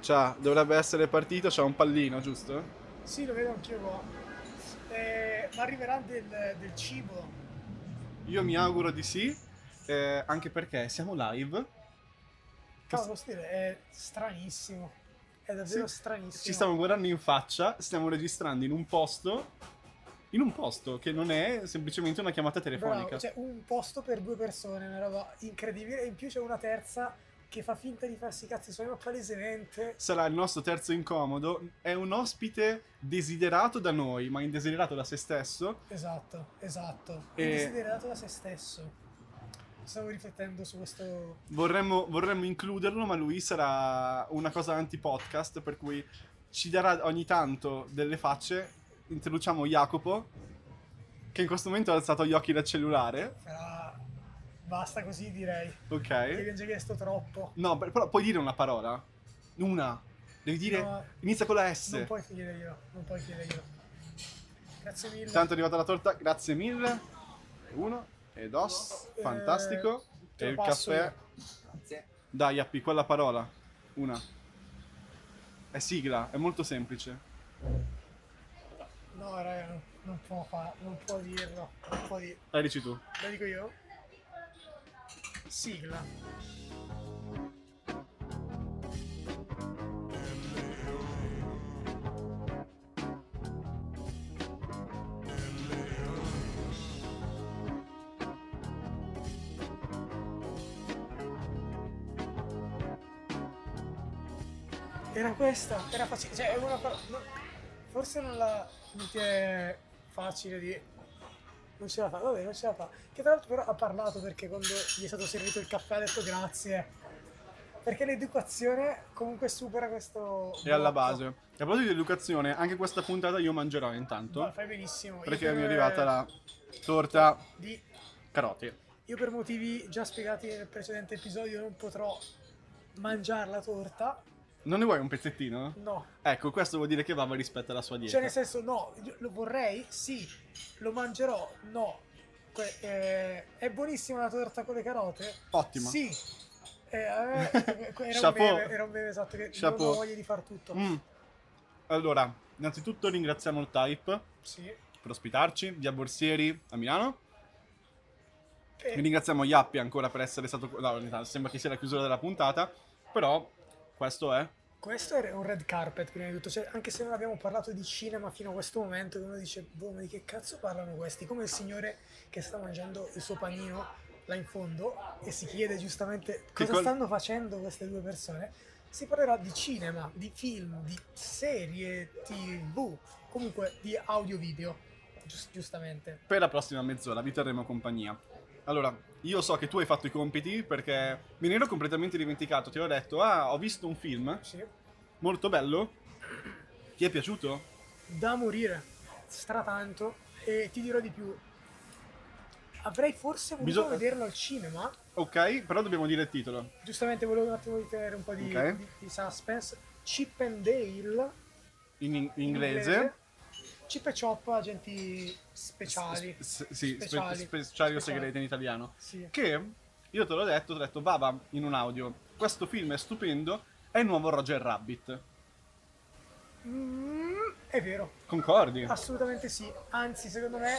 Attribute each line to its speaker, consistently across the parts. Speaker 1: Cioè, dovrebbe essere partito, c'è un pallino, giusto?
Speaker 2: Sì, lo vedo anch'io qua. Eh, ma arriverà del, del cibo.
Speaker 1: Io mi auguro di sì, eh, anche perché siamo live.
Speaker 2: Cavolo, posso dire, è stranissimo. È davvero
Speaker 1: Sì,
Speaker 2: stranissimo.
Speaker 1: Ci stiamo guardando in faccia, stiamo registrando in un posto, in un posto che non è semplicemente una chiamata telefonica.
Speaker 2: Bravo, cioè- c'è un posto per due persone, una roba incredibile. E in più c'è una terza che fa finta di farsi i cazzi suoi, ma palesemente.
Speaker 1: Sarà il nostro terzo incomodo, è un ospite desiderato da noi, ma indesiderato da se stesso.
Speaker 2: Esatto, esatto.
Speaker 1: E-
Speaker 2: Desiderato da se stesso. Stavo riflettendo su questo.
Speaker 1: Vorremmo, vorremmo includerlo, ma lui sarà una cosa anti-podcast, per cui ci darà ogni tanto delle facce. Introduciamo Jacopo, che in questo momento ha alzato gli occhi dal cellulare.
Speaker 2: Però basta così, direi.
Speaker 1: Eh.
Speaker 2: Ti
Speaker 1: Ok.
Speaker 2: abbiamo già chiesto troppo.
Speaker 1: No, per- però puoi dire una parola. Una. Devi dire.
Speaker 2: No,
Speaker 1: Inizia con la S.
Speaker 2: non puoi chiedere io, non puoi chiedere io. Grazie mille.
Speaker 1: Intanto è arrivata la torta, grazie mille. Uno e dos.
Speaker 2: Eh,
Speaker 1: Fantastico.
Speaker 2: te
Speaker 1: e
Speaker 2: lo
Speaker 1: il
Speaker 2: passo
Speaker 1: caffè.
Speaker 3: Grazie.
Speaker 1: Dai, Appi, quella parola. Una. È sigla, è molto semplice.
Speaker 2: No, raga, non, non può fa- non può dirlo. Non può dirlo.
Speaker 1: Dai, dici tu.
Speaker 2: Lo dico io? Sigla. Era questa, era facile, cioè è una parola, no, forse non la, non ti è facile di, non ce la fa, vabbè non ce la fa, che tra l'altro però ha parlato perché quando gli è stato servito il caffè ha detto grazie, perché l'educazione comunque supera questo...
Speaker 1: È alla
Speaker 2: blocco.
Speaker 1: base. E a proposito di educazione, anche questa puntata io mangerò intanto.
Speaker 2: Ma fai benissimo. Io
Speaker 1: perché mi è
Speaker 2: per-
Speaker 1: arrivata la torta
Speaker 2: di-
Speaker 1: carote.
Speaker 2: io per motivi già spiegati nel precedente episodio non potrò mangiare la torta.
Speaker 1: Non ne vuoi un pezzettino?
Speaker 2: No.
Speaker 1: Ecco, questo vuol dire che va rispetto alla sua dieta.
Speaker 2: Cioè nel senso no, io lo vorrei? Sì. Lo mangerò? No. Que- eh, è buonissima la torta con le carote?
Speaker 1: Ottima.
Speaker 2: Sì. Eh, eh, era, un
Speaker 1: Chapeau.
Speaker 2: meme, era un meme esatto che non
Speaker 1: Chapeau.
Speaker 2: ho voglia di far tutto.
Speaker 1: Mm. Allora, innanzitutto ringraziamo il Type
Speaker 2: Sì.
Speaker 1: per ospitarci, via Borsieri a Milano.
Speaker 2: Eh,
Speaker 1: Vi ringraziamo Iappi ancora per essere stato. No, in realtà sembra che sia la chiusura della puntata, però questo è.
Speaker 2: questo è un red carpet prima di tutto, Cioè, anche se non abbiamo parlato di cinema fino a questo momento, uno dice, boh, ma di che cazzo parlano questi? Come il signore che sta mangiando il suo panino là in fondo e si chiede giustamente cosa
Speaker 1: col-
Speaker 2: stanno facendo queste due persone, si parlerà di cinema, di film, di serie tv, comunque di audio-video, gius- giustamente.
Speaker 1: Per la prossima mezz'ora vi terremo compagnia. Allora, io so che tu hai fatto i compiti perché me ne ero completamente dimenticato. Ti ho detto, ah, ho visto un film
Speaker 2: Sì.
Speaker 1: molto bello. Ti è piaciuto?
Speaker 2: da morire stratanto e ti dirò di più avrei forse voluto
Speaker 1: Bisogna-
Speaker 2: vederlo al cinema
Speaker 1: Ok, però dobbiamo dire il titolo.
Speaker 2: giustamente volevo un attimo di tenere un po' di,
Speaker 1: Ok.
Speaker 2: di- di suspense Chip and Dale
Speaker 1: In, in-
Speaker 2: in
Speaker 1: inglese.
Speaker 2: Chip e Chop agenti speciali
Speaker 1: S- s- sì, spe-
Speaker 2: Speciali.
Speaker 1: speciali o
Speaker 2: Speciali.
Speaker 1: segrete in italiano.
Speaker 2: sì.
Speaker 1: Che io te l'ho detto, ti ho detto, Baba, in un audio, questo film è stupendo, è il nuovo Roger Rabbit.
Speaker 2: Mm, è vero
Speaker 1: Concordi?
Speaker 2: Ah. assolutamente sì anzi secondo me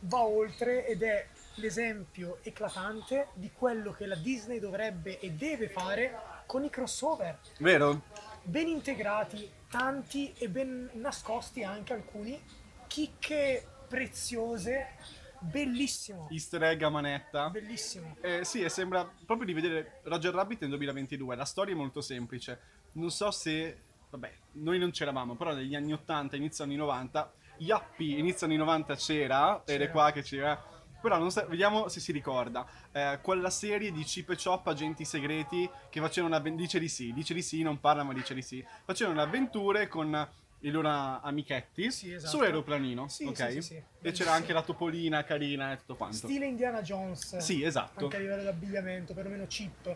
Speaker 2: va oltre ed è l'esempio eclatante di quello che la Disney dovrebbe e deve fare con i crossover
Speaker 1: Vero?
Speaker 2: ben integrati, tanti e ben nascosti anche alcuni, chicche preziose, bellissimo,
Speaker 1: Easter egg a manetta.
Speaker 2: bellissimo.
Speaker 1: Eh, sì, e sembra proprio di vedere Roger Rabbit nel 2022. La storia è molto semplice. Non so se... Vabbè, noi non c'eravamo, però negli anni 80, inizio anni 90, Yappi inizio anni 90 c'era, ed è
Speaker 2: C'era.
Speaker 1: qua che c'era. Però non sa- vediamo se si ricorda. Eh, quella serie di Chip e Chop, agenti segreti, che facevano una... Dice di sì, dice di sì, non parla ma dice di sì. Facevano avventure con i loro amichetti
Speaker 2: Sì, esatto.
Speaker 1: sull'aeroplanino,
Speaker 2: Sì,
Speaker 1: ok?
Speaker 2: sì, sì, sì.
Speaker 1: E c'era anche
Speaker 2: Bellissimo.
Speaker 1: la topolina carina e tutto quanto.
Speaker 2: Stile Indiana Jones,
Speaker 1: Sì, esatto.
Speaker 2: anche a livello di abbigliamento, perlomeno chip.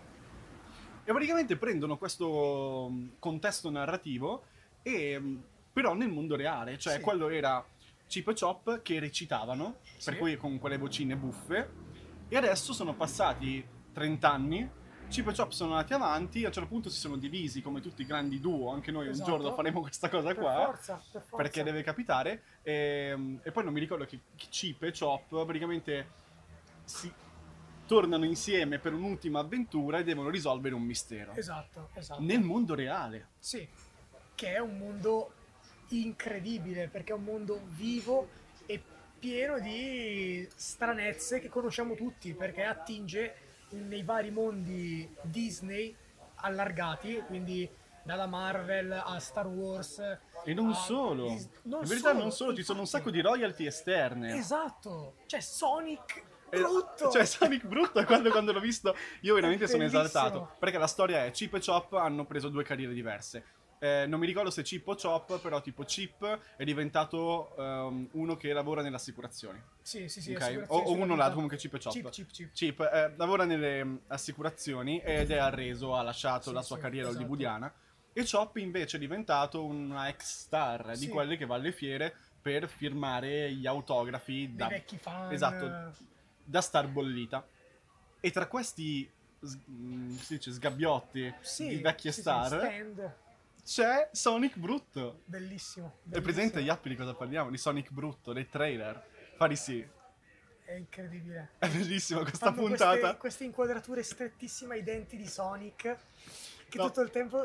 Speaker 1: E praticamente prendono questo mm, contesto narrativo, e, mm, però nel mondo reale, cioè
Speaker 2: Sì.
Speaker 1: quello era Chip e Chop che recitavano,
Speaker 2: Sì.
Speaker 1: per cui con quelle vocine buffe, e adesso sono passati 30 anni Chip e Chop sono andati avanti, a un certo punto si sono divisi come tutti i grandi duo, anche noi
Speaker 2: Esatto.
Speaker 1: un giorno faremo questa cosa
Speaker 2: Per
Speaker 1: qua
Speaker 2: forza, per forza.
Speaker 1: perché deve capitare. Ehm, E, e poi non mi ricordo che chi- Chip e Chop praticamente si tornano insieme per un'ultima avventura e devono risolvere un mistero.
Speaker 2: Esatto, esatto.
Speaker 1: Nel mondo reale.
Speaker 2: Sì, che è un mondo incredibile perché è un mondo vivo e pieno di stranezze che conosciamo tutti perché attinge nei vari mondi Disney allargati, quindi dalla Marvel a Star Wars.
Speaker 1: E non
Speaker 2: a
Speaker 1: solo.
Speaker 2: Dis- non
Speaker 1: In verità
Speaker 2: solo,
Speaker 1: non solo, ci sono un
Speaker 2: infatti.
Speaker 1: sacco di royalty esterne.
Speaker 2: Esatto, cioè Sonic
Speaker 1: Eh,
Speaker 2: brutto.
Speaker 1: Cioè, Sonic brutto quando, quando l'ho visto, io veramente sono
Speaker 2: Bellissimo.
Speaker 1: esaltato. Perché la storia è: Chip e Chop hanno preso due carriere diverse. Eh, non mi ricordo se Chip o Chop, però, tipo, Chip è diventato ehm, uno che lavora nelle assicurazioni.
Speaker 2: Sì, sì, sì,
Speaker 1: Ok,
Speaker 2: assicurazioni
Speaker 1: o- o
Speaker 2: sulla
Speaker 1: uno
Speaker 2: vita.
Speaker 1: là, comunque Chip e Chop.
Speaker 2: Chip, chip, chip.
Speaker 1: Chip eh, lavora nelle mh, assicurazioni ed è arreso, ha lasciato
Speaker 2: Sì,
Speaker 1: la sua
Speaker 2: sì,
Speaker 1: carriera
Speaker 2: esatto.
Speaker 1: hollywoodiana. E Chop invece è diventato una ex star
Speaker 2: Sì.
Speaker 1: di quelle che va alle fiere per firmare gli autografi
Speaker 2: Dei
Speaker 1: da,
Speaker 2: vecchi fan.
Speaker 1: esatto. da star bollita. E tra questi s- mh, si dice, sgabbiotti
Speaker 2: Sì,
Speaker 1: di vecchie
Speaker 2: sì, sì,
Speaker 1: star
Speaker 2: stand.
Speaker 1: c'è Sonic Brutto.
Speaker 2: Bellissimo.
Speaker 1: È
Speaker 2: bellissimo.
Speaker 1: presente gli app di cosa parliamo? Di Sonic Brutto, dei trailer. Fari sì,
Speaker 2: È incredibile.
Speaker 1: è bellissima questa
Speaker 2: Fanno queste-
Speaker 1: puntata.
Speaker 2: Queste, inquadrature strettissime ai denti di Sonic che
Speaker 1: No.
Speaker 2: tutto il tempo...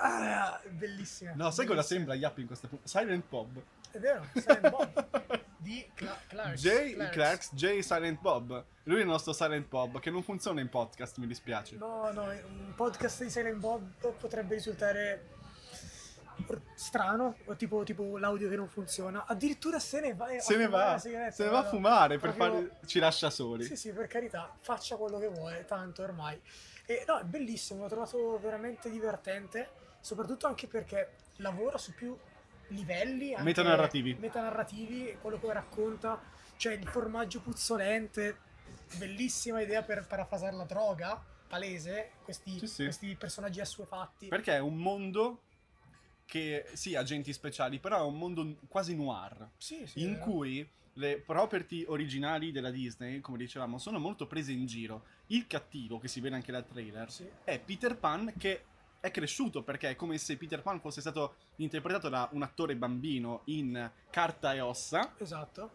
Speaker 2: Ah, bellissima.
Speaker 1: No, sai cosa
Speaker 2: bellissima.
Speaker 1: sembra Yap in questa puntata? Silent Bob.
Speaker 2: È vero, Silent Bob di Cla- Clarks.
Speaker 1: Jay Clarks, Jay Silent Bob. Lui è il nostro Silent Bob, che non funziona in podcast, mi dispiace.
Speaker 2: No, no, un podcast di Silent Bob potrebbe risultare r- strano, o tipo, tipo l'audio che non funziona. Addirittura se ne va. a
Speaker 1: se ne
Speaker 2: fumare
Speaker 1: va,
Speaker 2: la sigaretta,
Speaker 1: se ne va a
Speaker 2: no, no.
Speaker 1: fumare per
Speaker 2: Proprio-
Speaker 1: fare... ci lascia soli.
Speaker 2: Sì, sì, per carità, faccia quello che vuole, tanto ormai. E no, è bellissimo, l'ho trovato veramente divertente, soprattutto anche perché lavora su più livelli. Anche
Speaker 1: Metanarrativi.
Speaker 2: Metanarrativi, quello che racconta, cioè il formaggio puzzolente, bellissima idea per parafrasare la droga, palese, questi,
Speaker 1: Sì, sì.
Speaker 2: questi personaggi assuefatti.
Speaker 1: Perché è un mondo che, sì, agenti speciali, però è un mondo quasi noir.
Speaker 2: Sì, sì,
Speaker 1: in
Speaker 2: eh.
Speaker 1: cui le property originali della Disney, come dicevamo, sono molto prese in giro. Il cattivo, che si vede anche dal trailer,
Speaker 2: Sì.
Speaker 1: è Peter Pan che è cresciuto perché è come se Peter Pan fosse stato interpretato da un attore bambino in carta e ossa,
Speaker 2: Esatto.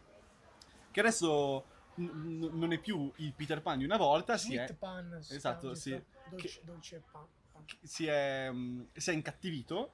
Speaker 1: che adesso n- n- non è più il Peter Pan di una volta, si
Speaker 2: Sweet
Speaker 1: è,
Speaker 2: pan. si
Speaker 1: Ah, Esatto,
Speaker 2: chiama,
Speaker 1: sì.
Speaker 2: giusto? Dolce, dolce pan.
Speaker 1: si, è, mm, si è incattivito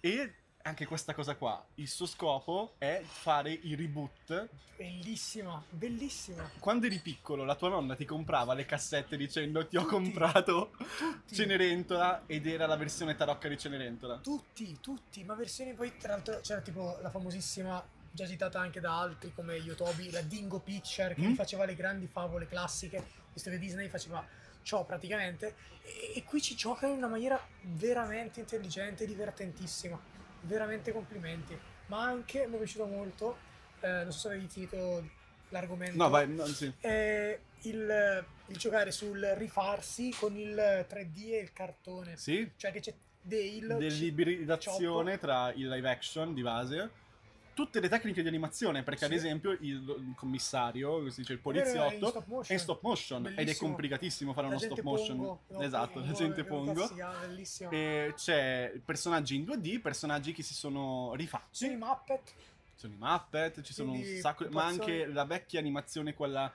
Speaker 1: e anche questa cosa qua, il suo scopo è fare i reboot
Speaker 2: Bellissima, bellissima.
Speaker 1: Quando eri piccolo, la tua nonna ti comprava le cassette dicendo ti ho
Speaker 2: Tutti.
Speaker 1: comprato
Speaker 2: Tutti.
Speaker 1: Cenerentola ed era la versione tarocca di Cenerentola.
Speaker 2: Tutti, tutti, ma versioni poi tra l'altro c'era tipo la famosissima, già citata anche da altri come Yotobi, la Dingo Picture che
Speaker 1: Mm.
Speaker 2: faceva le grandi favole classiche, visto che Disney faceva ciò praticamente, e, e qui ci giocano in una maniera veramente intelligente e divertentissima, veramente complimenti, ma anche mi è piaciuto molto, eh, non so se avevi citato l'argomento,
Speaker 1: No, vai, no, sì.
Speaker 2: eh, il, il giocare sul rifarsi con il 3D e il cartone,
Speaker 1: Sì?
Speaker 2: cioè che c'è Dale... ci-
Speaker 1: Dell'ibridazione tra il live action di base, tutte le tecniche di animazione, perché ad
Speaker 2: Sì.
Speaker 1: esempio il, il commissario, come si dice, il
Speaker 2: Era in
Speaker 1: poliziotto,
Speaker 2: stop motion.
Speaker 1: è in stop motion ed è
Speaker 2: Bellissimo.
Speaker 1: complicatissimo fare
Speaker 2: La
Speaker 1: uno
Speaker 2: gente
Speaker 1: stop motion.
Speaker 2: pongo. No, eh,
Speaker 1: esatto, la
Speaker 2: pongo,
Speaker 1: gente
Speaker 2: che
Speaker 1: pongo.
Speaker 2: cazzo si chiama, bellissimo.
Speaker 1: E c'è personaggi in 2D, personaggi che si sono rifatti.
Speaker 2: Sono i Muppet,
Speaker 1: Ci sono i Muppet, ci sono
Speaker 2: Quindi,
Speaker 1: un sacco di... ma
Speaker 2: animazioni.
Speaker 1: anche la vecchia animazione quella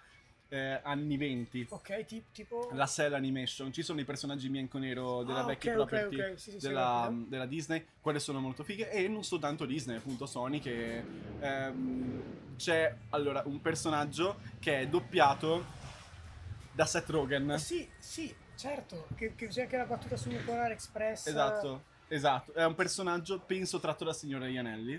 Speaker 1: eh, anni 20,
Speaker 2: ok, ti- tipo...
Speaker 1: la cell animation, ci sono i personaggi in bianco e nero della
Speaker 2: Ah,
Speaker 1: vecchia
Speaker 2: ok, ok,
Speaker 1: property
Speaker 2: ok, sì, sì, sì,
Speaker 1: della,
Speaker 2: capito.
Speaker 1: della Disney, quelle sono molto fighe e non soltanto Disney, appunto Sony che ehm, c'è allora un personaggio che è doppiato da Seth Rogen.
Speaker 2: Eh Sì, sì, certo, che, che c'è anche la battuta su Polar Express.
Speaker 1: Esatto, esatto, è un personaggio penso tratto da Signore degli Anelli.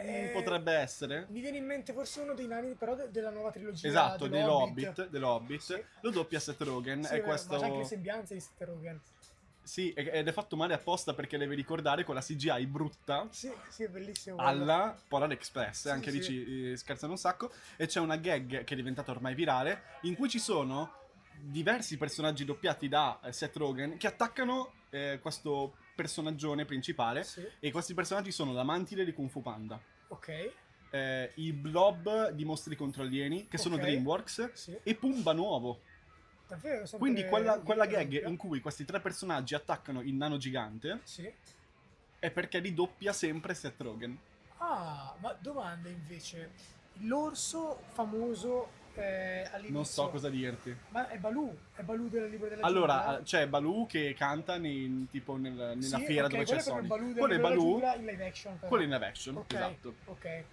Speaker 2: Eh,
Speaker 1: Mm, Potrebbe essere.
Speaker 2: Mi viene in mente forse uno dei nani però de- della nuova trilogia.
Speaker 1: Esatto,
Speaker 2: dei
Speaker 1: dell'Hobbit, dell'Hobbit.
Speaker 2: Sì.
Speaker 1: lo doppia Seth Rogen
Speaker 2: Sì,
Speaker 1: e
Speaker 2: vero,
Speaker 1: questo...
Speaker 2: Ma c'è anche le sembianze di Seth Rogen.
Speaker 1: Sì, e- ed è fatto male apposta perché devi ricordare quella CGI brutta
Speaker 2: Sì, sì, è bellissimo. quello.
Speaker 1: alla Polar Express,
Speaker 2: Sì,
Speaker 1: anche lì
Speaker 2: sì.
Speaker 1: ci eh, scherzano un sacco, e c'è una gag che è diventata ormai virale in cui ci sono diversi personaggi doppiati da eh, Seth Rogen che attaccano eh, questo personaggione principale
Speaker 2: Sì,
Speaker 1: e questi personaggi sono la mantide di Kung Fu Panda,
Speaker 2: ok,
Speaker 1: eh, i blob di mostri contro alieni che sono
Speaker 2: Ok.
Speaker 1: Dreamworks
Speaker 2: sì.
Speaker 1: e Pumba Nuovo.
Speaker 2: Davvero, sempre-
Speaker 1: Quindi quella, quella gag
Speaker 2: doppia?
Speaker 1: in cui questi tre personaggi attaccano il nano gigante
Speaker 2: Sì.
Speaker 1: è perché ridoppia sempre Seth Rogen.
Speaker 2: Ah, ma domanda invece. L'orso famoso eh, all'inizio.
Speaker 1: Non so cosa dirti.
Speaker 2: Ma è Balù, è Balù del libro della
Speaker 1: Allora,
Speaker 2: giungla?
Speaker 1: c'è Baloo che canta nei- tipo nel- nella
Speaker 2: Sì,
Speaker 1: fiera
Speaker 2: ok,
Speaker 1: dove c'è
Speaker 2: quello
Speaker 1: il Sonic.
Speaker 2: è proprio Balù del
Speaker 1: Quello è
Speaker 2: libro della
Speaker 1: Baloo,
Speaker 2: giungla in live action. però.
Speaker 1: quello in live action,
Speaker 2: Ok,
Speaker 1: esatto.
Speaker 2: Ok.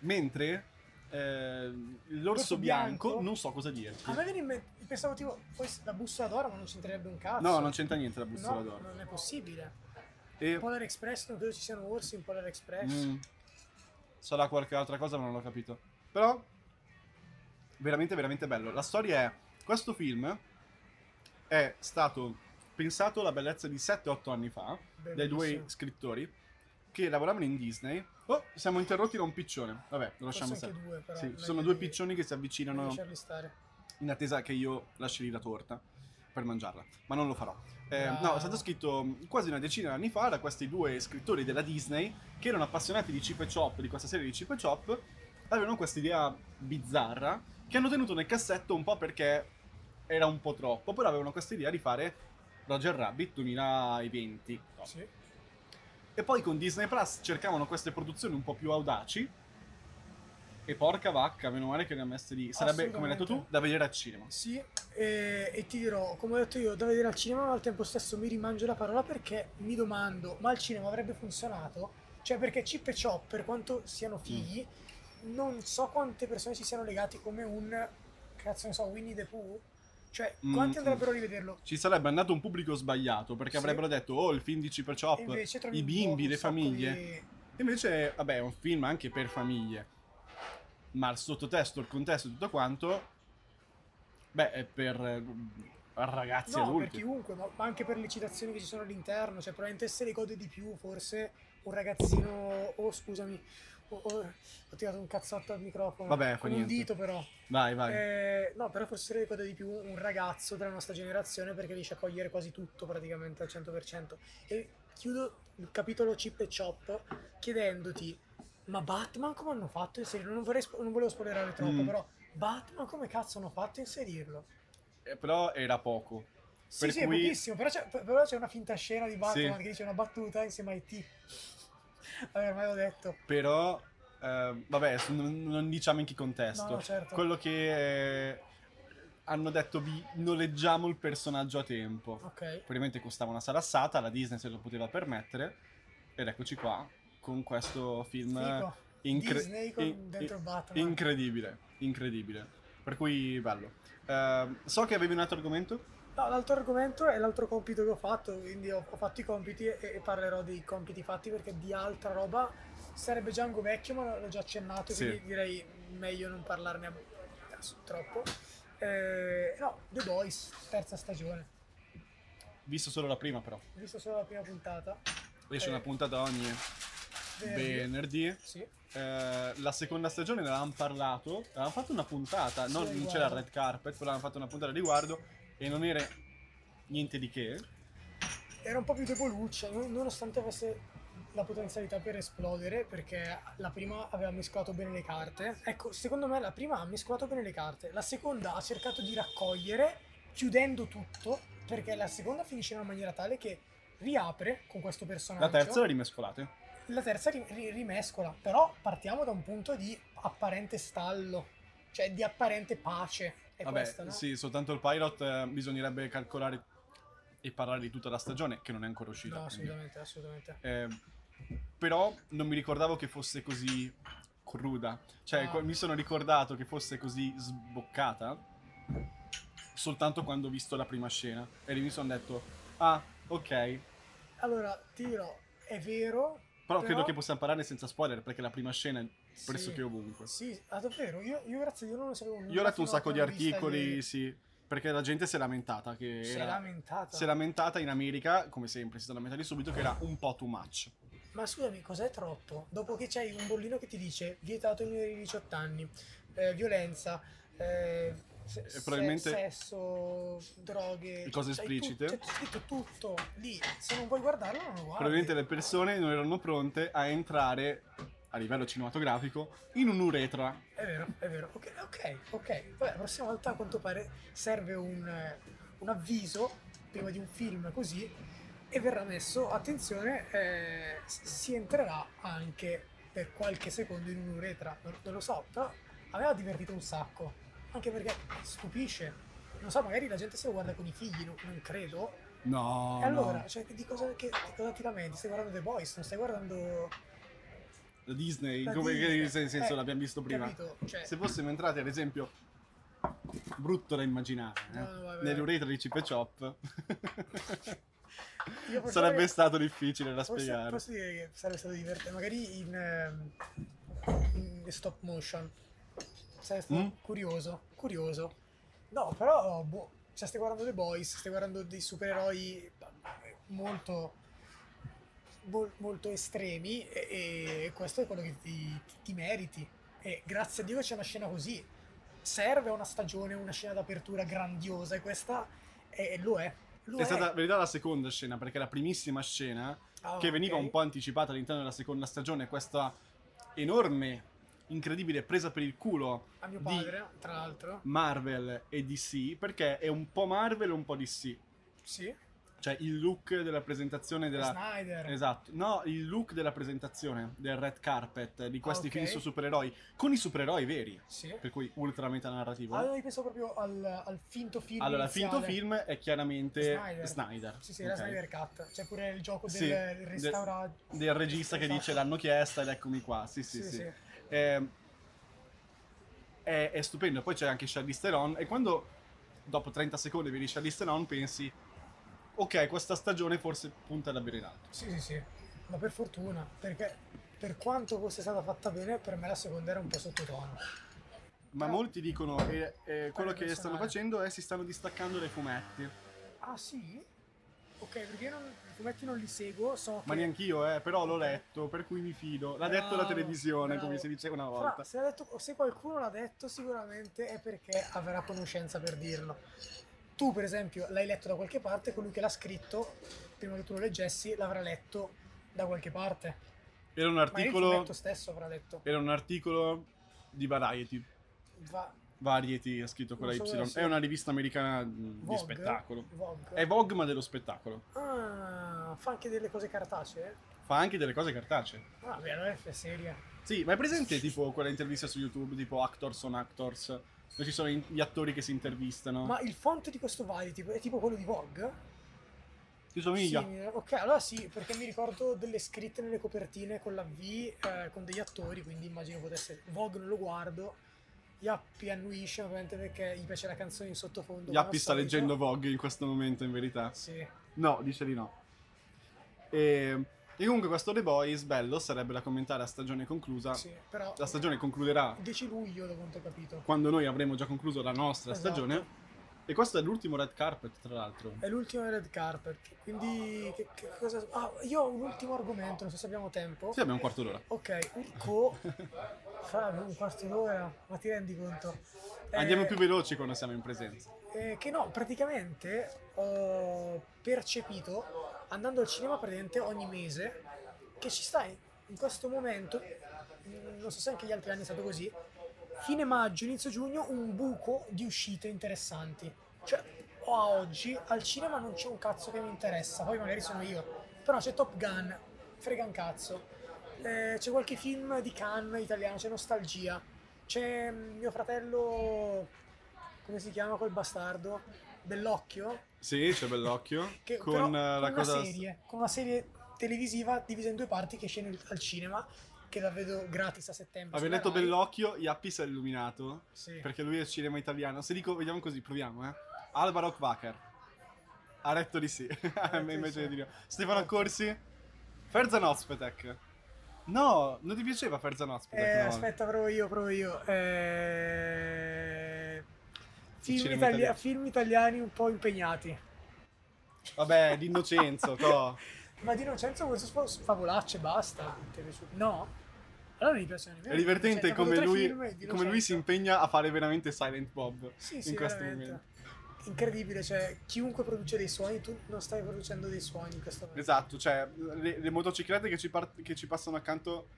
Speaker 1: Mentre eh, l'orso
Speaker 2: L'orso bianco-
Speaker 1: bianco, non so cosa dirti.
Speaker 2: A me viene in mente, pensavo tipo, poi la bussola d'oro, ma non c'entrerebbe un cazzo.
Speaker 1: No, non c'entra niente la bussola
Speaker 2: No,
Speaker 1: d'oro.
Speaker 2: non è possibile.
Speaker 1: E-
Speaker 2: Polar Express, non credo ci siano orsi in Polar Express.
Speaker 1: Mm. sarà qualche altra cosa, ma non l'ho capito. Però, veramente, veramente bello. La storia è: questo film è stato pensato alla bellezza di 7-8 anni fa
Speaker 2: Eh,
Speaker 1: dai due
Speaker 2: Bellissimo.
Speaker 1: scrittori che lavoravano in Disney. Oh, siamo interrotti da un piccione. Vabbè, lo
Speaker 2: Forse
Speaker 1: lasciamo
Speaker 2: anche
Speaker 1: stare.
Speaker 2: due, però.
Speaker 1: Sì,
Speaker 2: meglio
Speaker 1: ci sono due
Speaker 2: di-
Speaker 1: piccioni che si
Speaker 2: meglio
Speaker 1: avvicinano
Speaker 2: lasciarli stare.
Speaker 1: in attesa che io lasci la torta per mangiarla, ma non lo farò. Eh,
Speaker 2: Bravo.
Speaker 1: no, è stato scritto quasi una decina di anni fa da questi due scrittori della Disney che erano appassionati di Chip e Chop, di questa serie di Chip e Chop, avevano questa idea bizzarra che hanno tenuto nel cassetto un po' perché era un po' troppo, però avevano questa idea di fare Roger Rabbit 2020. no.
Speaker 2: Sì.
Speaker 1: E poi con Disney Plus cercavano queste produzioni un po' più audaci. E porca vacca, meno male che ne ha messe lì. Sarebbe, come hai detto tu,
Speaker 2: Assolutamente.
Speaker 1: da vedere al cinema.
Speaker 2: Sì, eh, e, e ti dirò, come ho detto io, da vedere al cinema, ma al tempo stesso mi rimangio la parola perché mi domando, ma al cinema avrebbe funzionato? Cioè, perché Chip e Chop, per quanto siano figli,
Speaker 1: Mm.
Speaker 2: non so quante persone ci siano legati come un, cazzo ne so, Winnie the Pooh? Cioè,
Speaker 1: Mm,
Speaker 2: quanti
Speaker 1: mm.
Speaker 2: andrebbero a rivederlo?
Speaker 1: Ci sarebbe andato un pubblico sbagliato perché
Speaker 2: Sì.
Speaker 1: avrebbero detto oh il film di Chip e
Speaker 2: E
Speaker 1: Chop.
Speaker 2: invece trovi
Speaker 1: i
Speaker 2: un
Speaker 1: bimbi,
Speaker 2: po'
Speaker 1: le
Speaker 2: un sacco
Speaker 1: famiglie.
Speaker 2: di-
Speaker 1: Invece, vabbè, è un film anche per famiglie. Ma il sottotesto, il contesto e tutto quanto, beh, è per eh, ragazzi
Speaker 2: No, per
Speaker 1: adulti.
Speaker 2: chiunque, ma ma anche per le citazioni che ci sono all'interno, cioè probabilmente se le gode di più forse un ragazzino, oh scusami, oh, oh, ho tirato un cazzotto al microfono,
Speaker 1: Vabbè, fa
Speaker 2: con un
Speaker 1: niente.
Speaker 2: dito però,
Speaker 1: Vai, vai.
Speaker 2: Eh, no però forse se le gode di più un ragazzo della nostra generazione perché riesce a cogliere quasi tutto praticamente al 100%. E chiudo il capitolo Chip e Chop chiedendoti, ma Batman come hanno fatto a inserirlo? Non, vorrei spo- non volevo spoilerare troppo,
Speaker 1: Mm.
Speaker 2: però Batman come cazzo hanno fatto a inserirlo?
Speaker 1: Eh, però era poco.
Speaker 2: Sì,
Speaker 1: Per
Speaker 2: sì, è
Speaker 1: cui-
Speaker 2: pochissimo, però c'è, però c'è una finta scena di Batman
Speaker 1: Sì.
Speaker 2: che dice una battuta insieme a IT. Vabbè, ormai l'ho detto.
Speaker 1: Però, eh, vabbè, s- non, non diciamo in che
Speaker 2: No,
Speaker 1: contesto.
Speaker 2: no, certo.
Speaker 1: Quello che eh, hanno detto vi noleggiamo il personaggio a tempo.
Speaker 2: Ok.
Speaker 1: Probabilmente costava una salassata, la Disney se lo poteva permettere. Ed eccoci qua con questo film
Speaker 2: Figo.
Speaker 1: incre-
Speaker 2: Disney con
Speaker 1: in-
Speaker 2: dentro Batman.
Speaker 1: in- incredibile, incredibile. Per cui bello. Eh, so che avevi un altro argomento.
Speaker 2: No, l'altro argomento è l'altro compito che ho fatto, quindi ho, ho fatto i compiti e, e parlerò dei compiti fatti perché di altra roba sarebbe Django vecchio, ma l'ho già accennato,
Speaker 1: Sì.
Speaker 2: quindi direi meglio non parlarne a- a- troppo. Eh, no, The Boys, terza stagione.
Speaker 1: Visto solo la prima, però.
Speaker 2: Ho visto solo la prima puntata.
Speaker 1: Esce
Speaker 2: Eh.
Speaker 1: una puntata ogni venerdì.
Speaker 2: Sì.
Speaker 1: Eh, la seconda stagione ne avevamo parlato, avevamo fatto una puntata,
Speaker 2: Sì,
Speaker 1: non,
Speaker 2: a
Speaker 1: non c'era il
Speaker 2: riguardo.
Speaker 1: red carpet, però avevamo fatto una puntata a riguardo e non era niente di che.
Speaker 2: era un po' più deboluccia, non- nonostante avesse la potenzialità per esplodere, perché la prima aveva mescolato bene le carte. Ecco, secondo me la prima ha mescolato bene le carte, la seconda ha cercato di raccogliere, chiudendo tutto, perché la seconda finisce in una maniera tale che riapre con questo personaggio.
Speaker 1: La terza la rimescolate.
Speaker 2: La terza ri- ri- rimescola, però partiamo da un punto di apparente stallo, cioè di apparente pace. È
Speaker 1: Vabbè,
Speaker 2: questa, no?
Speaker 1: sì, soltanto il pilot eh, bisognerebbe calcolare e parlare di tutta la stagione che non è ancora uscita.
Speaker 2: No,
Speaker 1: quindi.
Speaker 2: assolutamente, assolutamente.
Speaker 1: Eh, però non mi ricordavo che fosse così cruda. Cioè,
Speaker 2: Ah.
Speaker 1: qua- mi sono ricordato che fosse così sboccata soltanto quando ho visto la prima scena. E lì mi sono detto, ah, ok.
Speaker 2: Allora, ti dirò, è vero,
Speaker 1: Però,
Speaker 2: Però-
Speaker 1: credo che possiamo parlare senza spoiler perché la prima scena è pressoché
Speaker 2: Sì.
Speaker 1: ovunque.
Speaker 2: Sì, ah, davvero? Io, io grazie a Dio non lo sapevo nulla
Speaker 1: Io ho letto
Speaker 2: fino
Speaker 1: un sacco
Speaker 2: a
Speaker 1: di
Speaker 2: quando l'ho vista
Speaker 1: articoli,
Speaker 2: ieri.
Speaker 1: sì, perché la gente si è lamentata che
Speaker 2: Si è
Speaker 1: era-
Speaker 2: lamentata.
Speaker 1: si è lamentata in America, come sempre, si sono lamentati subito che era un po' too much.
Speaker 2: Ma scusami, cos'è troppo? Dopo che c'hai un bollino che ti dice vietato ai minori di 18 anni, eh, violenza, eh, se-
Speaker 1: E probabilmente-
Speaker 2: se- sesso, droghe,
Speaker 1: E cose
Speaker 2: c'hai
Speaker 1: esplicite.
Speaker 2: tu- C'è scritto tutto lì. Se non vuoi guardarlo, non lo guardi.
Speaker 1: Probabilmente le persone non erano pronte a entrare a livello cinematografico in un'uretra.
Speaker 2: È vero, è vero. Ok, ok, ok. Vabbè, la prossima volta a quanto pare serve un, eh, un avviso prima di un film così e verrà messo, attenzione, eh, s- si entrerà anche per qualche secondo in un'uretra. Non, non lo so, però a me ha divertito un sacco, anche perché stupisce. Non so, magari la gente se lo guarda con i figli, non, non credo,
Speaker 1: No.
Speaker 2: e allora, cioè, di cosa, che- di cosa ti lamenti? Stai guardando The Boys, non stai guardando...
Speaker 1: no. Disney,
Speaker 2: la
Speaker 1: come
Speaker 2: Disney?
Speaker 1: nel senso
Speaker 2: Eh,
Speaker 1: l'abbiamo visto prima.
Speaker 2: Capito? Cioè,
Speaker 1: Se fossimo entrati, ad esempio, brutto da immaginare, eh?
Speaker 2: No, no, vabbè.
Speaker 1: nell'uretra di Chip e Chop,
Speaker 2: io posso
Speaker 1: sarebbe
Speaker 2: dire-
Speaker 1: stato difficile da
Speaker 2: posso-
Speaker 1: spiegare.
Speaker 2: Posso dire che sarebbe stato divertente, magari in, ehm, in stop motion. Sarebbe stato
Speaker 1: Mm?
Speaker 2: curioso, curioso. No, però, boh, cioè, stai guardando The Boys, stai guardando dei supereroi eh, molto... mol- molto estremi e, e questo è quello che ti- ti- ti meriti. E grazie a Dio c'è una scena così. Serve una stagione, una scena d'apertura grandiosa e questa è- lo è. Lo
Speaker 1: È stata in verità la seconda scena, perché la primissima scena,
Speaker 2: Ah,
Speaker 1: che veniva
Speaker 2: ok.
Speaker 1: un po' anticipata all'interno della seconda stagione, questa enorme, incredibile presa per il culo
Speaker 2: A mio
Speaker 1: di-
Speaker 2: padre, tra l'altro.
Speaker 1: Marvel e DC, perché è un po' Marvel e un po' DC.
Speaker 2: Sì.
Speaker 1: Cioè il look della presentazione della...
Speaker 2: Snyder.
Speaker 1: Esatto, no, il look della presentazione del red carpet di questi
Speaker 2: ok.
Speaker 1: film su supereroi, con i supereroi veri,
Speaker 2: Sì.
Speaker 1: per cui ultra metanarrativo.
Speaker 2: Allora io penso proprio al, al finto film.
Speaker 1: allora,
Speaker 2: iniziale.
Speaker 1: finto film è chiaramente
Speaker 2: Snyder.
Speaker 1: Snyder.
Speaker 2: Sì, sì, era
Speaker 1: ok?
Speaker 2: Snyder Cut. C'è pure il gioco del
Speaker 1: Sì,
Speaker 2: del restauraggio.
Speaker 1: Del regista che
Speaker 2: Esatto.
Speaker 1: dice l'hanno chiesta ed eccomi qua. Sì, sì, sì. Ehm, è, è stupendo. Poi c'è anche Charlize Theron e quando dopo 30 secondi vedi Charlize Theron pensi ok, questa stagione forse punta davvero in alto.
Speaker 2: Sì, sì, sì. Ma per fortuna, perché per quanto fosse stata fatta bene, per me la seconda era un po' sottotono.
Speaker 1: Ma
Speaker 2: Però-
Speaker 1: molti dicono eh, eh, quello che
Speaker 2: personale.
Speaker 1: stanno facendo è si stanno distaccando dai fumetti.
Speaker 2: Ah, sì? Ok, perché io non, i fumetti non li seguo, so
Speaker 1: Ma
Speaker 2: che-
Speaker 1: neanch'io, eh, però l'ho letto, per cui mi fido. L'ha detto la
Speaker 2: Bravo,
Speaker 1: televisione,
Speaker 2: bravo.
Speaker 1: come si diceva una
Speaker 2: Fra,
Speaker 1: volta.
Speaker 2: se, l'ha detto- se qualcuno l'ha detto sicuramente è perché avrà conoscenza per dirlo. Tu per esempio l'hai letto da qualche parte, colui che l'ha scritto, prima che tu lo leggessi, l'avrà letto da qualche parte.
Speaker 1: Era un
Speaker 2: Ma il
Speaker 1: articolo.
Speaker 2: fumetto stesso avrà letto.
Speaker 1: Era un articolo di Variety.
Speaker 2: Va-
Speaker 1: Variety è scritto con la
Speaker 2: Non so dove
Speaker 1: Y.
Speaker 2: sia.
Speaker 1: È una rivista americana mh, di
Speaker 2: Vogue?
Speaker 1: spettacolo. Eh.
Speaker 2: Vogue.
Speaker 1: È Vogue ma dello spettacolo.
Speaker 2: Ah, fa anche delle cose cartacee?
Speaker 1: Fa anche delle cose cartacee.
Speaker 2: Ah, beh, allora è seria.
Speaker 1: Sì, ma è presente tipo quella intervista su YouTube tipo Actors on Actors? Dove ci sono in- gli attori che si intervistano.
Speaker 2: Ma il font di questo Variety è tipo quello di Vogue?
Speaker 1: Ti somiglia.
Speaker 2: Simile. Ok, allora sì, perché mi ricordo delle scritte nelle copertine con la V, eh, con degli attori, quindi immagino potesse... Vogue non lo guardo, Yappi annuisce ovviamente perché gli piace la canzone in sottofondo.
Speaker 1: Yappi sta
Speaker 2: come al solito.
Speaker 1: leggendo Vogue in questo momento in verità.
Speaker 2: Sì,
Speaker 1: No, dice di no. E, e comunque questo The Boys, bello, sarebbe da commentare a stagione conclusa.
Speaker 2: sì, però...
Speaker 1: Ah. La stagione concluderà
Speaker 2: 10 luglio, da quanto ho capito.
Speaker 1: quando noi avremo già concluso la nostra
Speaker 2: Esatto.
Speaker 1: stagione. E questo è l'ultimo red carpet, tra l'altro.
Speaker 2: È l'ultimo red carpet, quindi che, che cosa... Ah, io ho un ultimo argomento, non so se abbiamo tempo.
Speaker 1: Sì, abbiamo un quarto d'ora.
Speaker 2: Ok, Urco... Fra, abbiamo un quarto d'ora, ma ti rendi conto?
Speaker 1: Andiamo
Speaker 2: Eh,
Speaker 1: più veloci quando siamo in presenza.
Speaker 2: Eh, che no, praticamente ho percepito andando al cinema praticamente ogni mese che ci stai in questo momento, mh, non so se anche gli altri anni è stato così, fine maggio, inizio giugno, un buco di uscite interessanti. Cioè, o a oggi al cinema non c'è un cazzo che mi interessa, poi magari sono io, però c'è Top Gun, frega un cazzo. Eh, c'è qualche film di Cannes italiano, c'è Nostalgia, c'è mh, mio fratello, come si chiama quel bastardo, Bellocchio,
Speaker 1: Sì, c'è bell'occhio.
Speaker 2: che,
Speaker 1: con
Speaker 2: però,
Speaker 1: eh, la
Speaker 2: una
Speaker 1: cosa.
Speaker 2: serie, con una serie televisiva divisa in due parti che scende al cinema, che la vedo gratis a settembre.
Speaker 1: Avevo
Speaker 2: sulla
Speaker 1: detto
Speaker 2: Rai.
Speaker 1: bell'occhio, Iappi si è illuminato.
Speaker 2: Sì.
Speaker 1: Perché lui è il cinema italiano. Se dico, vediamo così, proviamo, eh. Alba Rock Wacker. Ha detto di sì.
Speaker 2: di sì.
Speaker 1: Invece di no. Stefano Corsi. Ferzan Ozpetek. No, non ti piaceva Ferzan Ozpetek?
Speaker 2: Eh,
Speaker 1: no?
Speaker 2: aspetta, provo io, provo io. Eh, Film,
Speaker 1: cinema
Speaker 2: itali-
Speaker 1: italiano.
Speaker 2: film italiani un po' impegnati.
Speaker 1: Vabbè, d'innocenzo, to.
Speaker 2: Ma di Innocenzo questo fa- favolacce, basta. Ti è piaciuto? No? Allora non mi piacciono nemmeno.
Speaker 1: È divertente
Speaker 2: Cioè, ho fatto
Speaker 1: come
Speaker 2: tre
Speaker 1: lui,
Speaker 2: film di
Speaker 1: come lui si
Speaker 2: Innocenzo.
Speaker 1: impegna a fare veramente Silent Bob.
Speaker 2: Sì,
Speaker 1: in
Speaker 2: sì,
Speaker 1: questo
Speaker 2: veramente.
Speaker 1: momento.
Speaker 2: Incredibile, cioè, chiunque produce dei suoni, tu non stai producendo dei suoni in questo momento.
Speaker 1: Esatto, cioè le, le motociclette che ci, par- che ci passano accanto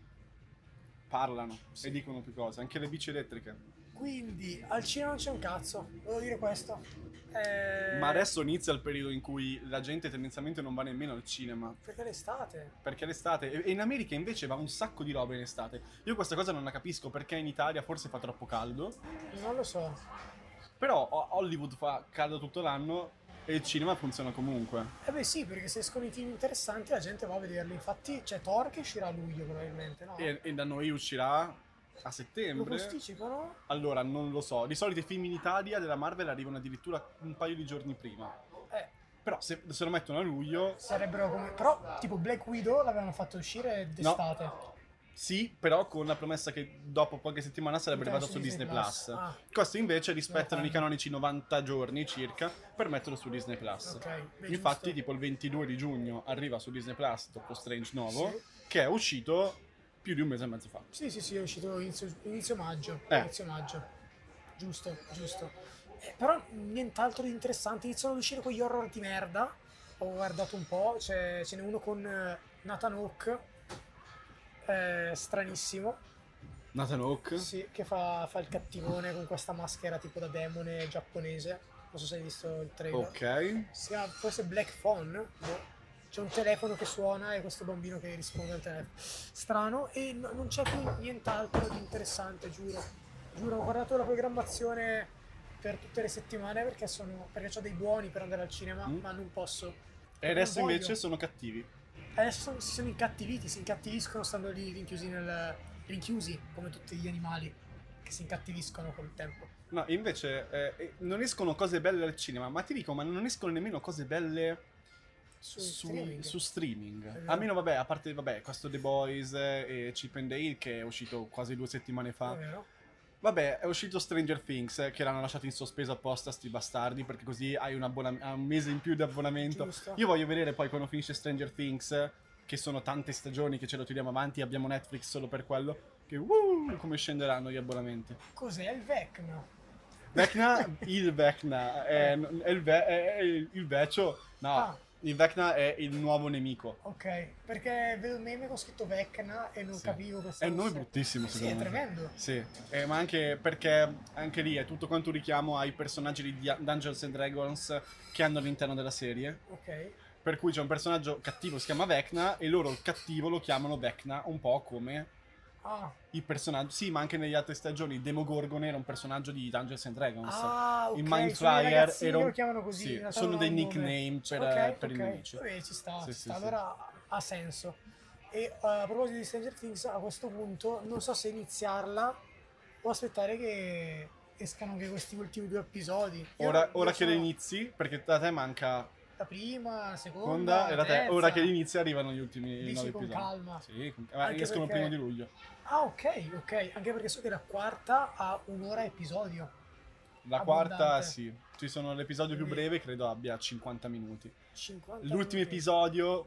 Speaker 1: parlano
Speaker 2: Sì.
Speaker 1: e dicono più cose, anche le bici elettriche.
Speaker 2: Quindi al cinema non c'è un cazzo, devo dire questo. Eh,
Speaker 1: Ma adesso inizia il periodo in cui la gente tendenzialmente non va nemmeno al cinema.
Speaker 2: Perché è l'estate?
Speaker 1: Perché è l'estate e- e in America invece va un sacco di roba in estate. Io questa cosa non la capisco perché in Italia forse fa troppo caldo.
Speaker 2: Non lo so.
Speaker 1: Però o- Hollywood fa caldo tutto l'anno e il cinema funziona comunque.
Speaker 2: Eh beh sì, perché se escono i film interessanti la gente va a vederli. Infatti c'è Thor che uscirà a luglio probabilmente, no?
Speaker 1: E, e da noi uscirà a
Speaker 2: Lo
Speaker 1: settembre.
Speaker 2: posticipano?
Speaker 1: Allora, non lo so. Di solito i film in Italia della Marvel arrivano addirittura un paio di giorni prima.
Speaker 2: Eh,
Speaker 1: Però se, se lo mettono a luglio,
Speaker 2: sarebbero come... Però tipo Black Widow l'avevano fatto uscire d'estate.
Speaker 1: sì, però con la promessa che dopo qualche settimana sarebbe
Speaker 2: Interesse
Speaker 1: arrivato su
Speaker 2: di
Speaker 1: Disney Plus.
Speaker 2: Ah,
Speaker 1: Questo invece rispettano
Speaker 2: Lo
Speaker 1: i
Speaker 2: fanno.
Speaker 1: canonici 90 giorni circa per metterlo su Disney Plus.
Speaker 2: ok. beh,
Speaker 1: Infatti,
Speaker 2: giusto.
Speaker 1: tipo il 22 di giugno arriva su Disney Plus dopo Strange Nuovo,
Speaker 2: Sì.
Speaker 1: che è uscito più di un mese e mezzo fa.
Speaker 2: Sì, sì, sì, è uscito inizio, inizio maggio.
Speaker 1: Eh.
Speaker 2: Inizio maggio. Giusto, giusto. Eh, però nient'altro di interessante. Iniziano ad uscire quegli horror di merda. Ho guardato un po'. c'è- ce n'è uno con eh, Nathan Hawke. eh, stranissimo.
Speaker 1: Nathan Hawk?
Speaker 2: Sì, che fa, fa il cattivone con questa maschera tipo da demone giapponese. Non so se hai visto il trailer.
Speaker 1: Oh, Ok.
Speaker 2: Si chiama forse Black Phone. boh. C'è un telefono che suona e questo bambino che risponde al telefono. Strano, e no- non c'è più nient'altro di interessante, giuro. Giuro, ho guardato la programmazione per tutte le settimane perché, sono, perché ho dei buoni per andare al cinema,
Speaker 1: Mm.
Speaker 2: ma non posso.
Speaker 1: E adesso
Speaker 2: Non voglio.
Speaker 1: invece sono cattivi.
Speaker 2: Adesso sono- si sono incattiviti, si incattiviscono stando lì rinchiusi, nel, rinchiusi come tutti gli animali che si incattiviscono col tempo.
Speaker 1: No, invece eh, eh, non escono cose belle al cinema, ma ti dico, ma non escono nemmeno cose belle
Speaker 2: Su,
Speaker 1: su
Speaker 2: streaming. Eh.
Speaker 1: streaming. Su streaming.
Speaker 2: vero.
Speaker 1: Almeno, vabbè, a parte vabbè, questo The Boys eh, e Chip and Dale che è uscito quasi due settimane
Speaker 2: È
Speaker 1: fa.
Speaker 2: vero?
Speaker 1: Vabbè, è uscito Stranger Things eh, che l'hanno lasciato in sospeso apposta sti bastardi perché così hai un, abbonam- hai un mese in più di abbonamento.
Speaker 2: Giusto.
Speaker 1: Io voglio vedere poi quando finisce Stranger Things, eh, che sono tante stagioni che ce lo tiriamo avanti, abbiamo Netflix solo per quello, che uh, come scenderanno gli abbonamenti.
Speaker 2: Cos'è il Vecna?
Speaker 1: Vecna, il Vecna, è, è il, ve- è il, il vecchio, no,
Speaker 2: Ah.
Speaker 1: il Vecna è il nuovo nemico.
Speaker 2: Ok, perché vedo un meme con scritto Vecna e non
Speaker 1: Sì. Eh,
Speaker 2: capivo questo.
Speaker 1: È un nome bruttissimo
Speaker 2: Sì, è
Speaker 1: secondo me.
Speaker 2: tremendo.
Speaker 1: Sì, eh, ma anche perché anche lì è tutto quanto un richiamo ai personaggi di Dia- Dungeons and Dragons che hanno all'interno della serie.
Speaker 2: Ok.
Speaker 1: Per cui c'è un personaggio cattivo, si chiama Vecna, e loro il cattivo lo chiamano Vecna, un po' come
Speaker 2: Ah,
Speaker 1: i personaggi. Sì, ma anche negli altri stagioni. Demogorgon era un personaggio di Dungeons and Dragons.
Speaker 2: ah ok.
Speaker 1: il
Speaker 2: sono i
Speaker 1: Mindflyer
Speaker 2: ragazzini
Speaker 1: era
Speaker 2: che
Speaker 1: un...
Speaker 2: lo chiamano così. in
Speaker 1: Sì,
Speaker 2: realtà
Speaker 1: sono
Speaker 2: non
Speaker 1: dei
Speaker 2: ha un nome.
Speaker 1: nickname per, eh,
Speaker 2: Ok,
Speaker 1: per
Speaker 2: ok.
Speaker 1: i nemici.
Speaker 2: Vabbè, ci sta,
Speaker 1: Sì,
Speaker 2: ci
Speaker 1: sì,
Speaker 2: sta.
Speaker 1: sì.
Speaker 2: allora ha senso. E eh, a proposito di Stranger Things, a questo punto non so se iniziarla o aspettare che escano anche questi ultimi due episodi. Io
Speaker 1: Ora,
Speaker 2: non-
Speaker 1: ora
Speaker 2: non
Speaker 1: che
Speaker 2: so,
Speaker 1: le inizi, perché da te manca
Speaker 2: La prima, la seconda,
Speaker 1: Honda e la te.
Speaker 2: terza.
Speaker 1: Ora che le inizi arrivano gli ultimi
Speaker 2: Dici
Speaker 1: nuovi
Speaker 2: con
Speaker 1: episodi.
Speaker 2: calma.
Speaker 1: Sì, con- ma
Speaker 2: Anche
Speaker 1: escono
Speaker 2: perché-
Speaker 1: prima di luglio.
Speaker 2: Ah, ok, ok. Anche perché so che la quarta ha un'ora episodio.
Speaker 1: La
Speaker 2: Abbondante.
Speaker 1: quarta, sì. Ci sono l'episodio più
Speaker 2: Quindi-
Speaker 1: breve, credo abbia 50 minuti.
Speaker 2: 50
Speaker 1: L'ultimo
Speaker 2: minuti.
Speaker 1: episodio,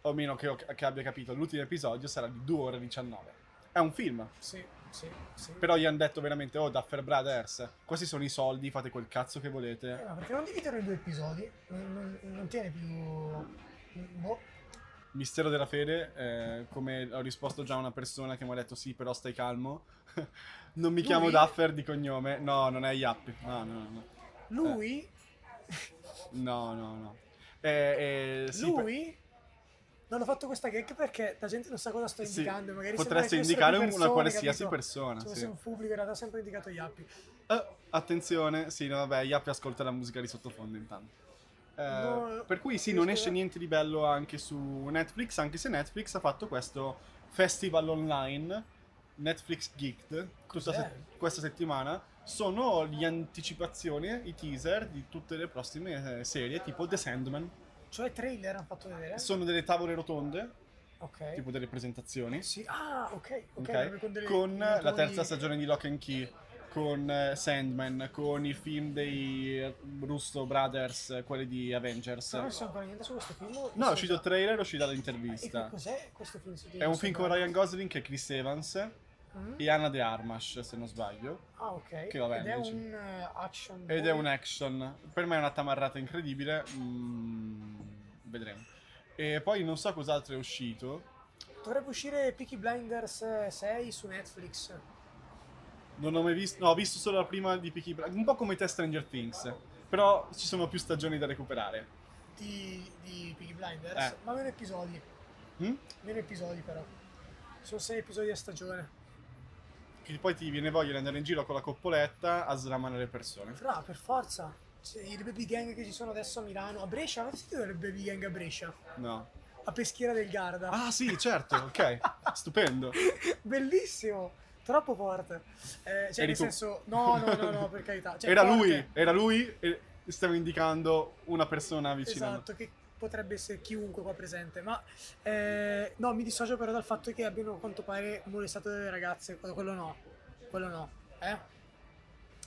Speaker 1: o meno che, ho- che abbia capito, l'ultimo episodio sarà di 2 ore e 19. È un film,
Speaker 2: Sì, sì, sì.
Speaker 1: però gli hanno detto veramente, oh Duffer Brothers, questi sono i soldi, fate quel cazzo che
Speaker 2: Eh,
Speaker 1: volete.
Speaker 2: ma perché non dividerlo in due episodi? Non, non- non tiene più... Boh.
Speaker 1: Mistero della fede, eh, come ho risposto già a una persona che mi ha detto sì, però stai calmo. non mi chiamo
Speaker 2: Lui?
Speaker 1: Duffer di cognome, no, non è Yappi, no, no, no, no,
Speaker 2: Lui,
Speaker 1: no, no. no. Eh, eh, sì, per-
Speaker 2: lui... Non ho fatto questa gag perché la gente non sa cosa sto
Speaker 1: Sì,
Speaker 2: indicando. Magari sembra
Speaker 1: potreste
Speaker 2: che io sia
Speaker 1: indicare
Speaker 2: di
Speaker 1: una
Speaker 2: persone,
Speaker 1: qualsiasi
Speaker 2: capito?
Speaker 1: persona.
Speaker 2: Cioè,
Speaker 1: sì.
Speaker 2: se un pubblico in realtà ho sempre indicato Yappi.
Speaker 1: Eh, attenzione, sì, no, vabbè, Yappi ascolta la musica di sottofondo intanto. Eh,
Speaker 2: No, eh.
Speaker 1: per cui sì,
Speaker 2: mi
Speaker 1: non
Speaker 2: scusa.
Speaker 1: esce niente di bello anche su Netflix, anche se Netflix ha fatto questo festival online, Netflix Geeked, tutta
Speaker 2: Cos'è?
Speaker 1: se- questa settimana. Sono le anticipazioni, i teaser di tutte le prossime eh, serie, tipo The Sandman.
Speaker 2: Cioè trailer hanno fatto vedere?
Speaker 1: Sono delle tavole rotonde,
Speaker 2: Eh? ok.
Speaker 1: tipo delle presentazioni.
Speaker 2: Sì. Ah, ok. Ok.
Speaker 1: Ok,
Speaker 2: proprio delle-
Speaker 1: con
Speaker 2: dei
Speaker 1: la
Speaker 2: toni-
Speaker 1: terza stagione di Lock and Key, con eh, Sandman, con i film dei eh, Russo Brothers, eh, quelli di Avengers.
Speaker 2: Però non so ancora niente su questo film.
Speaker 1: No, è
Speaker 2: Scusa.
Speaker 1: uscito il trailer, è uscita
Speaker 2: E che
Speaker 1: l'intervista.
Speaker 2: cos'è questo film? su
Speaker 1: È un
Speaker 2: James
Speaker 1: film con
Speaker 2: Bond?
Speaker 1: Ryan Gosling e Chris Evans
Speaker 2: Mm?
Speaker 1: e Anna De Armas, se non sbaglio.
Speaker 2: Ah, ok.
Speaker 1: Che vabbè,
Speaker 2: Ed è
Speaker 1: dici.
Speaker 2: un eh, action.
Speaker 1: Ed è
Speaker 2: movie.
Speaker 1: un action. Per me è una tamarrata incredibile. mm, vedremo. E poi non so cos'altro è uscito.
Speaker 2: Dovrebbe uscire Peaky Blinders 6 su Netflix.
Speaker 1: Non ho mai visto. No, ho visto solo la prima di Peaky Blinders. Un po' come te Stranger Things. Però ci sono più stagioni da recuperare.
Speaker 2: di, di Peaky Blinders,
Speaker 1: Eh.
Speaker 2: ma meno episodi,
Speaker 1: Mm?
Speaker 2: meno episodi però. Sono sei episodi a stagione.
Speaker 1: Che poi ti viene voglia di andare in giro con la coppoletta a sramare le persone.
Speaker 2: Fra, per forza. Cioè, I baby gang che ci sono adesso a Milano, a Brescia, avete sentito le baby gang a Brescia?
Speaker 1: No.
Speaker 2: A Peschiera del Garda.
Speaker 1: Ah, sì, certo, ok. Stupendo.
Speaker 2: Cioè, Bellissimo! Troppo forte. Eh, cioè,
Speaker 1: Eri
Speaker 2: nel
Speaker 1: tu.
Speaker 2: senso, no, no, no, no, per carità. Cioè,
Speaker 1: era
Speaker 2: forte,
Speaker 1: lui, era lui e stavo indicando una persona vicina. a noi.
Speaker 2: Esatto, che potrebbe essere chiunque qua presente. Ma eh, no, mi dissocio però dal fatto che abbiano a quanto pare molestato delle ragazze. Quello no, quello no. Eh?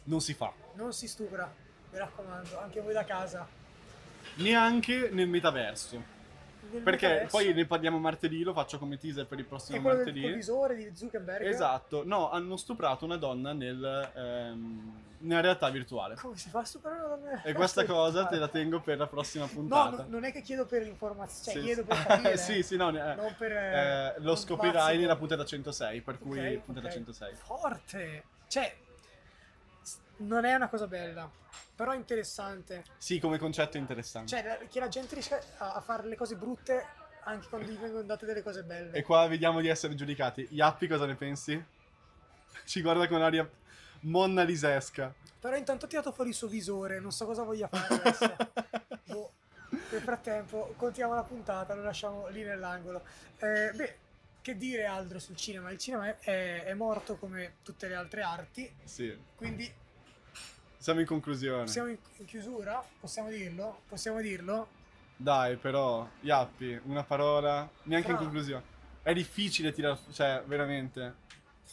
Speaker 1: Non si fa.
Speaker 2: Non si stupra, mi raccomando, anche voi da casa.
Speaker 1: Neanche nel metaverso.
Speaker 2: Nel
Speaker 1: Perché
Speaker 2: metaverso
Speaker 1: poi ne parliamo martedì, lo faccio come teaser per il
Speaker 2: è
Speaker 1: prossimo
Speaker 2: quello del
Speaker 1: martedì.
Speaker 2: provvisore di Zuckerberg.
Speaker 1: Esatto, no, hanno stuprato una donna nel, ehm, nella realtà virtuale.
Speaker 2: Come si fa a superare una donna? Cioè,
Speaker 1: E questa cosa te la tengo per la prossima
Speaker 2: No,
Speaker 1: puntata.
Speaker 2: no, non è che chiedo per informazioni, cioè
Speaker 1: Sì.
Speaker 2: chiedo per capire.
Speaker 1: sì, sì, no, ne-
Speaker 2: Non per...
Speaker 1: eh, lo
Speaker 2: non
Speaker 1: scoprirai
Speaker 2: bazzico.
Speaker 1: nella puntata 106, per cui
Speaker 2: Ok,
Speaker 1: puntata
Speaker 2: ok.
Speaker 1: 106.
Speaker 2: Forte! Cioè, s- non è una cosa bella, però è interessante.
Speaker 1: Sì, come concetto è interessante.
Speaker 2: Cioè, la- che la gente riesca a, a fare le cose brutte anche quando gli vengono date delle cose belle.
Speaker 1: E qua vediamo di essere giudicati. Iappi, cosa ne pensi? Ci guarda con aria monnalisesca.
Speaker 2: Però intanto ho tirato fuori il suo visore, non so cosa voglia fare adesso. boh. Nel frattempo, continuiamo la puntata, lo lasciamo lì nell'angolo. Eh, beh, che dire altro sul cinema? Il cinema è- è- è morto come tutte le altre arti,
Speaker 1: sì,
Speaker 2: quindi
Speaker 1: siamo in conclusione.
Speaker 2: siamo in, in chiusura, possiamo dirlo? Possiamo dirlo?
Speaker 1: Dai, però, Iappi, una parola. Neanche in
Speaker 2: Fra.
Speaker 1: conclusione. È difficile tirare... Cioè, veramente.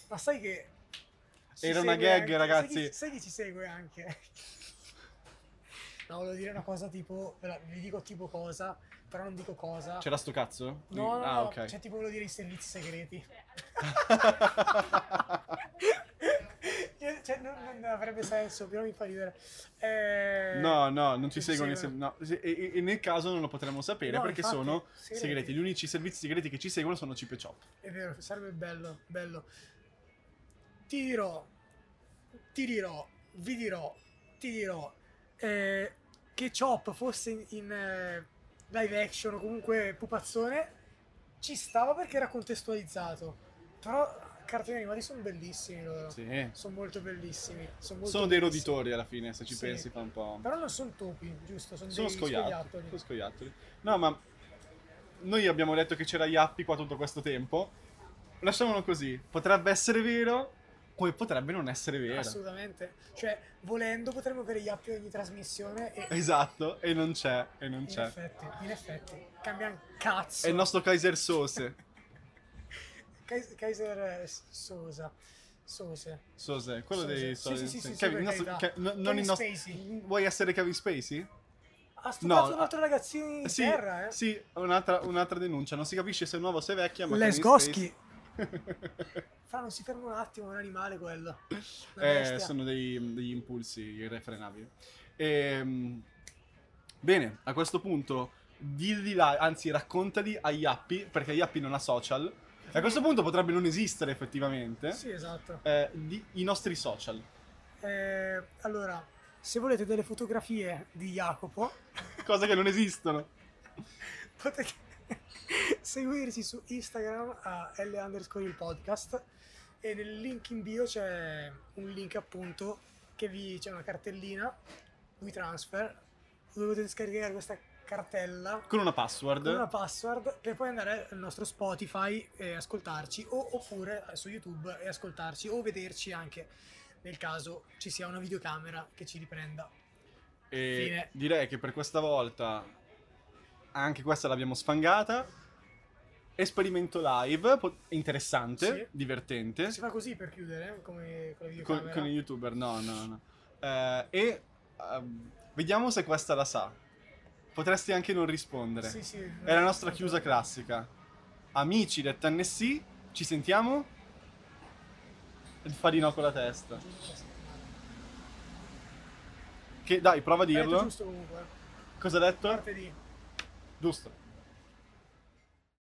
Speaker 2: Ma sai che... ci
Speaker 1: Era una
Speaker 2: segue
Speaker 1: gag,
Speaker 2: anche-
Speaker 1: ragazzi.
Speaker 2: Sai che, sai che ci segue anche? No, volevo dire una cosa tipo... ve la- Vi dico tipo cosa, però non dico cosa.
Speaker 1: C'era sto cazzo?
Speaker 2: No, no,
Speaker 1: Cioè, ah,
Speaker 2: no,
Speaker 1: ok.
Speaker 2: cioè tipo volevo dire i servizi segreti. cioè- Io- cioè, non, non avrebbe senso, però mi fa ridere. Eh,
Speaker 1: No, no, non ci
Speaker 2: non ci
Speaker 1: seguono. i se-
Speaker 2: seguono.
Speaker 1: no, se- e, e- e nel caso non lo potremmo sapere
Speaker 2: No,
Speaker 1: perché
Speaker 2: infatti,
Speaker 1: sono
Speaker 2: segreti.
Speaker 1: segreti. Gli unici servizi segreti che ci seguono sono Cip e Chop.
Speaker 2: È vero, sarebbe bello, bello. Ti dirò, ti dirò, vi dirò, ti dirò eh, che Chop fosse in, in, eh, live action o comunque pupazzone ci stava perché era contestualizzato. Però cartoni animati sono bellissimi loro.
Speaker 1: Sì.
Speaker 2: Sono molto bellissimi. Sono, molto
Speaker 1: Sono dei
Speaker 2: bellissimi.
Speaker 1: roditori alla fine, se ci
Speaker 2: Sì.
Speaker 1: pensi fa un po'.
Speaker 2: Però non sono topi, giusto? Sono,
Speaker 1: Sono
Speaker 2: dei
Speaker 1: scoiattoli.
Speaker 2: scoiattoli.
Speaker 1: Sono scoiattoli. No, ma noi abbiamo detto che c'era Iappi qua tutto questo tempo. Lasciamolo così. Potrebbe essere vero, come potrebbe non essere vero.
Speaker 2: Assolutamente. Cioè, volendo potremmo avere gli appi ogni trasmissione e
Speaker 1: Esatto, e non c'è, e non
Speaker 2: in
Speaker 1: c'è.
Speaker 2: effetti, in effetti, cambia un cazzo.
Speaker 1: È il nostro Kaiser Sose.
Speaker 2: Kais- Kaiser eh, Sosa. Sose.
Speaker 1: Sose, quello
Speaker 2: Sose.
Speaker 1: dei
Speaker 2: Sì,
Speaker 1: Sose.
Speaker 2: sì, sì, sì, sì,
Speaker 1: Kevin,
Speaker 2: per
Speaker 1: il nostro-
Speaker 2: carità.
Speaker 1: Ke- no- non
Speaker 2: Kevin
Speaker 1: il nostro-
Speaker 2: Spacey.
Speaker 1: Vuoi essere Kevin Spacey?
Speaker 2: Ha stuprato
Speaker 1: No, ah,
Speaker 2: un altro ragazzino in
Speaker 1: Sì,
Speaker 2: terra, eh.
Speaker 1: sì, un'altra, un'altra denuncia. Non si capisce se è nuova o se è vecchia. Ma
Speaker 2: Les
Speaker 1: Kevin
Speaker 2: Goski.
Speaker 1: Spacey-
Speaker 2: Fra, non si ferma un attimo, è un animale quello. Una
Speaker 1: Eh,
Speaker 2: bestia.
Speaker 1: sono dei- degli impulsi irrefrenabili. Ehm, bene, a questo punto, dilli la- anzi, raccontali a Iappi, perché Iappi non ha social. E a questo punto potrebbe non esistere effettivamente.
Speaker 2: Sì, esatto.
Speaker 1: eh, di- I nostri social.
Speaker 2: Eh, allora, se volete delle fotografie di Jacopo,
Speaker 1: Cose che non esistono.
Speaker 2: potete seguirci su Instagram a L underscore il podcast e nel link in bio c'è un link appunto che vi c'è una cartellina WeTransfer dove potete scaricare questa cartella
Speaker 1: Con una password.
Speaker 2: con una password per poi andare al nostro Spotify e ascoltarci o, oppure su YouTube e ascoltarci o vederci anche nel caso ci sia una videocamera che ci riprenda.
Speaker 1: E
Speaker 2: Fine.
Speaker 1: direi che per questa volta anche questa l'abbiamo sfangata. Esperimento live, po- interessante,
Speaker 2: Sì.
Speaker 1: divertente.
Speaker 2: Si fa così per chiudere eh, come con la
Speaker 1: con,
Speaker 2: videocamera.
Speaker 1: con i youtuber, no, no, no. Eh, e ehm, vediamo se questa la sa. Potresti anche non rispondere.
Speaker 2: Sì, sì.
Speaker 1: È la nostra chiusa classica. Amici del Tennessee, ci sentiamo? Fa di no con la testa. Che dai, prova a
Speaker 2: Hai detto
Speaker 1: dirlo.
Speaker 2: giusto comunque.
Speaker 1: Cosa ha detto?
Speaker 2: Martedì.
Speaker 1: Giusto.